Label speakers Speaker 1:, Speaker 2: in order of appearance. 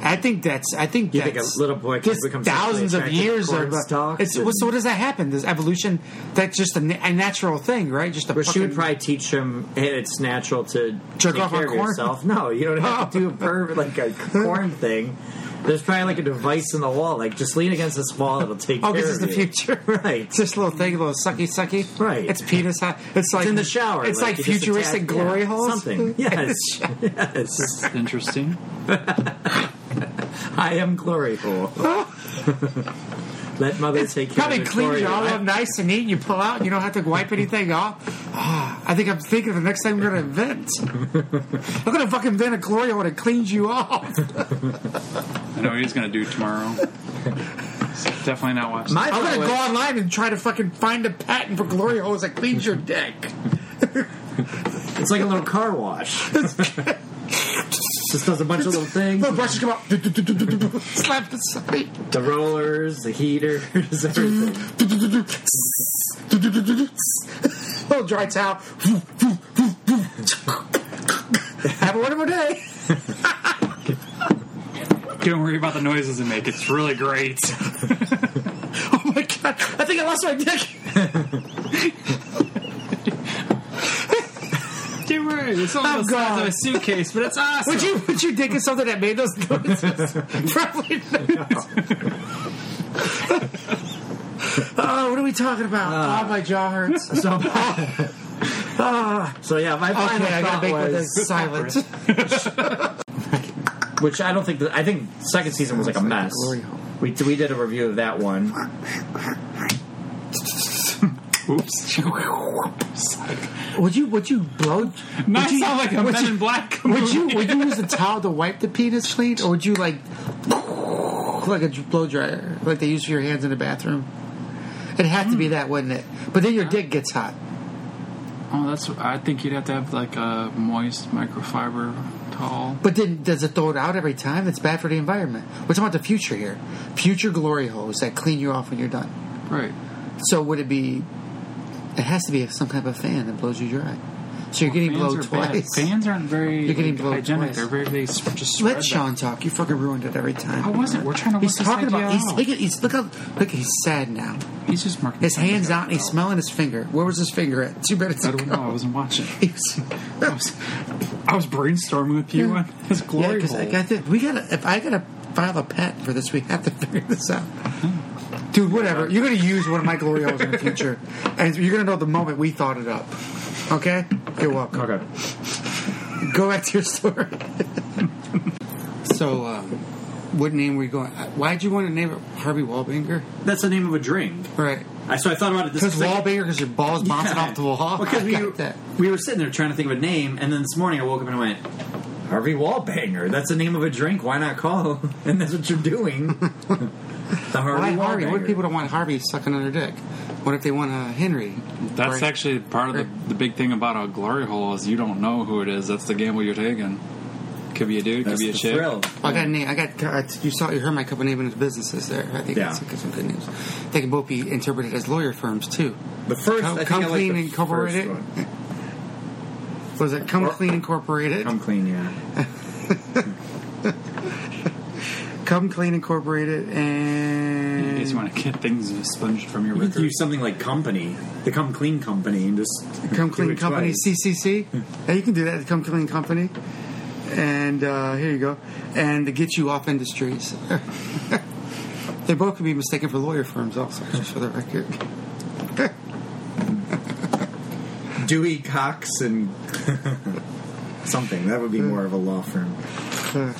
Speaker 1: I think that's. I think
Speaker 2: You
Speaker 1: that's,
Speaker 2: think a little boy
Speaker 1: this
Speaker 2: becomes
Speaker 1: thousands of
Speaker 2: sexually attracted to
Speaker 1: years
Speaker 2: corn
Speaker 1: of uh,
Speaker 2: stalks
Speaker 1: it's.
Speaker 2: and-
Speaker 1: well, so what does that happen? Does evolution? That's just a, na- a natural thing, right? Just a.
Speaker 2: But she would
Speaker 1: fucking-
Speaker 2: probably teach him hey, it's natural to
Speaker 1: Jerk
Speaker 2: take
Speaker 1: off
Speaker 2: care
Speaker 1: on
Speaker 2: of
Speaker 1: corn?
Speaker 2: yourself. No, you don't have to do a perv like a corn thing. There's probably like a device in the wall, like just lean against this wall, it'll take
Speaker 1: Oh,
Speaker 2: care
Speaker 1: this is
Speaker 2: of
Speaker 1: the
Speaker 2: you.
Speaker 1: future,
Speaker 2: Right.
Speaker 1: It's this little thing, little sucky sucky,
Speaker 2: Right.
Speaker 1: It's penis. hi- It's like
Speaker 2: It's in the shower.
Speaker 1: It's like,
Speaker 2: you just
Speaker 1: futuristic
Speaker 2: attach-
Speaker 1: glory
Speaker 2: yeah,
Speaker 1: holes.
Speaker 2: Something. Yes. yes.
Speaker 3: Interesting.
Speaker 2: I am glory hole. Let mother take care
Speaker 1: Probably
Speaker 2: of the
Speaker 1: cleans
Speaker 2: glory
Speaker 1: you all
Speaker 2: hole.
Speaker 1: up nice and neat. You pull out. You don't have to wipe anything off. Ah, I think I'm thinking the next thing I'm going to invent. I'm going to fucking invent a glory hole that cleans you off.
Speaker 3: I know what he's going to do tomorrow. It's definitely not watching.
Speaker 2: My
Speaker 1: I'm
Speaker 2: thought
Speaker 1: going to
Speaker 2: was-
Speaker 1: go online and try to fucking find a patent for glory holes that cleans your dick.
Speaker 2: It's like a little car wash. Just does a bunch of little things.
Speaker 1: Little brushes come out. Slap the side.
Speaker 2: The rollers, the heaters, everything.
Speaker 1: Little dry towel. Have a wonderful day.
Speaker 3: Don't worry about the noises it make. It's really great.
Speaker 1: Oh my god! I think I lost my dick.
Speaker 3: Don't worry. It's only
Speaker 1: I'm
Speaker 3: the size
Speaker 1: gone.
Speaker 3: of a suitcase, but it's awesome.
Speaker 1: Would you would you dick is something that made those noises? Probably not. oh, what are we talking about? oh, my jaw hurts.
Speaker 2: So, Ah, so yeah, my final
Speaker 1: Okay, I gotta
Speaker 2: thought
Speaker 1: make with
Speaker 2: was,
Speaker 1: this silence.
Speaker 2: which I don't think. that I think second season was like a mess.
Speaker 1: glory hole.
Speaker 2: We we did a review of that one.
Speaker 3: Oops.
Speaker 1: Would you would you blow?
Speaker 3: Not
Speaker 1: would you,
Speaker 3: sound like a
Speaker 1: would
Speaker 3: Men
Speaker 1: you,
Speaker 3: in Black.
Speaker 1: Would you would you use a towel to wipe the penis clean, or would you like like a blow dryer, like they use for your hands in the bathroom? It'd have to be that, wouldn't it? But then your dick gets hot.
Speaker 3: Oh, that's. I think you'd have to have like a moist microfiber towel.
Speaker 1: But then does it throw it out every time? That's bad for the environment. We're talking about the future here. Future glory holes that clean you off when you're done.
Speaker 3: Right.
Speaker 1: So would it be? It has to be some type of fan that blows you dry. So you're getting blown
Speaker 3: Fans are bad.
Speaker 1: twice.
Speaker 3: Fans aren't very
Speaker 1: You're getting
Speaker 3: like,
Speaker 1: blowed
Speaker 3: hygienic.
Speaker 1: twice.
Speaker 3: They're very. They s- just spread
Speaker 1: Let
Speaker 3: that.
Speaker 1: Sean talk. You fucking ruined it every time.
Speaker 3: I wasn't. We're trying to work
Speaker 1: He's
Speaker 3: this
Speaker 1: talking
Speaker 3: idea
Speaker 1: about. He's,
Speaker 3: out.
Speaker 1: look at, he's look how look. He's sad now.
Speaker 3: He's just marking
Speaker 1: His hands out and he's
Speaker 3: out.
Speaker 1: smelling his finger. Where was his finger at? Two minutes
Speaker 3: I don't know. I
Speaker 1: ago.
Speaker 3: wasn't watching.
Speaker 1: He's-
Speaker 3: I was, I was brainstorming with you on his
Speaker 1: Yeah,
Speaker 3: glory
Speaker 1: because I
Speaker 3: hole.
Speaker 1: got to, we gotta. If I gotta file a patent for this, we have to figure this out. Dude, whatever. You're gonna use one of my glory holes in the future, and you're gonna know the moment we thought it up. Okay, you're welcome.
Speaker 2: Okay.
Speaker 1: Go back to your story. so, um, what name were you going? uh, Why'd you want to name it Harvey Wallbanger?
Speaker 2: That's the name of a drink.
Speaker 1: Right.
Speaker 2: I, so I thought about it this
Speaker 1: Because
Speaker 2: second-
Speaker 1: Wallbanger, because your balls bouncing
Speaker 2: Yeah.
Speaker 1: off the wall.
Speaker 2: Because
Speaker 1: I
Speaker 2: we,
Speaker 1: got
Speaker 2: were-
Speaker 1: that.
Speaker 2: we were sitting there trying to think of a name, and then this morning I woke up and I went, Harvey Wallbanger. That's the name of a drink. Why not call? And that's what you're doing. the
Speaker 1: Why
Speaker 2: Harvey
Speaker 1: Harvey? What
Speaker 2: Wallbanger.
Speaker 1: if people don't want Harvey sucking on their dick? What if they want a Henry?
Speaker 3: That's
Speaker 1: Or-
Speaker 3: actually part of the, the big thing about a glory hole is you don't know who it is. That's the gamble you're taking. Could be a dude.
Speaker 2: That's
Speaker 3: could be
Speaker 2: the
Speaker 3: a chick.
Speaker 2: thrill.
Speaker 1: I got a name. I got. I, you saw. You heard my couple name and his businesses there. I think
Speaker 2: Yeah.
Speaker 1: that's that's some good names. They can both be interpreted as lawyer firms too.
Speaker 2: The first,
Speaker 1: Come,
Speaker 2: I think
Speaker 1: Come
Speaker 2: I like
Speaker 1: clean
Speaker 2: the first
Speaker 1: incorporated.
Speaker 2: one.
Speaker 1: What Was it Come
Speaker 2: Or-
Speaker 1: Clean Incorporated?
Speaker 2: Come
Speaker 1: Come,
Speaker 2: clean, yeah.
Speaker 1: Clean Incorporated
Speaker 3: In
Speaker 1: and
Speaker 3: case you want to get things sponged from your
Speaker 2: You could
Speaker 3: record.
Speaker 2: use something like company, the Come Clean Company, and just
Speaker 1: Come
Speaker 2: do
Speaker 1: Clean
Speaker 2: it
Speaker 1: Company
Speaker 2: twice. Hmm.
Speaker 1: CCC. Yeah, you can do that. Come Clean Company. And uh, here you go. And the Get You Off Industries. they both can be mistaken for lawyer firms, also, just for the record.
Speaker 2: Dewey Cox and something. That would be more of a law firm.
Speaker 1: Uh,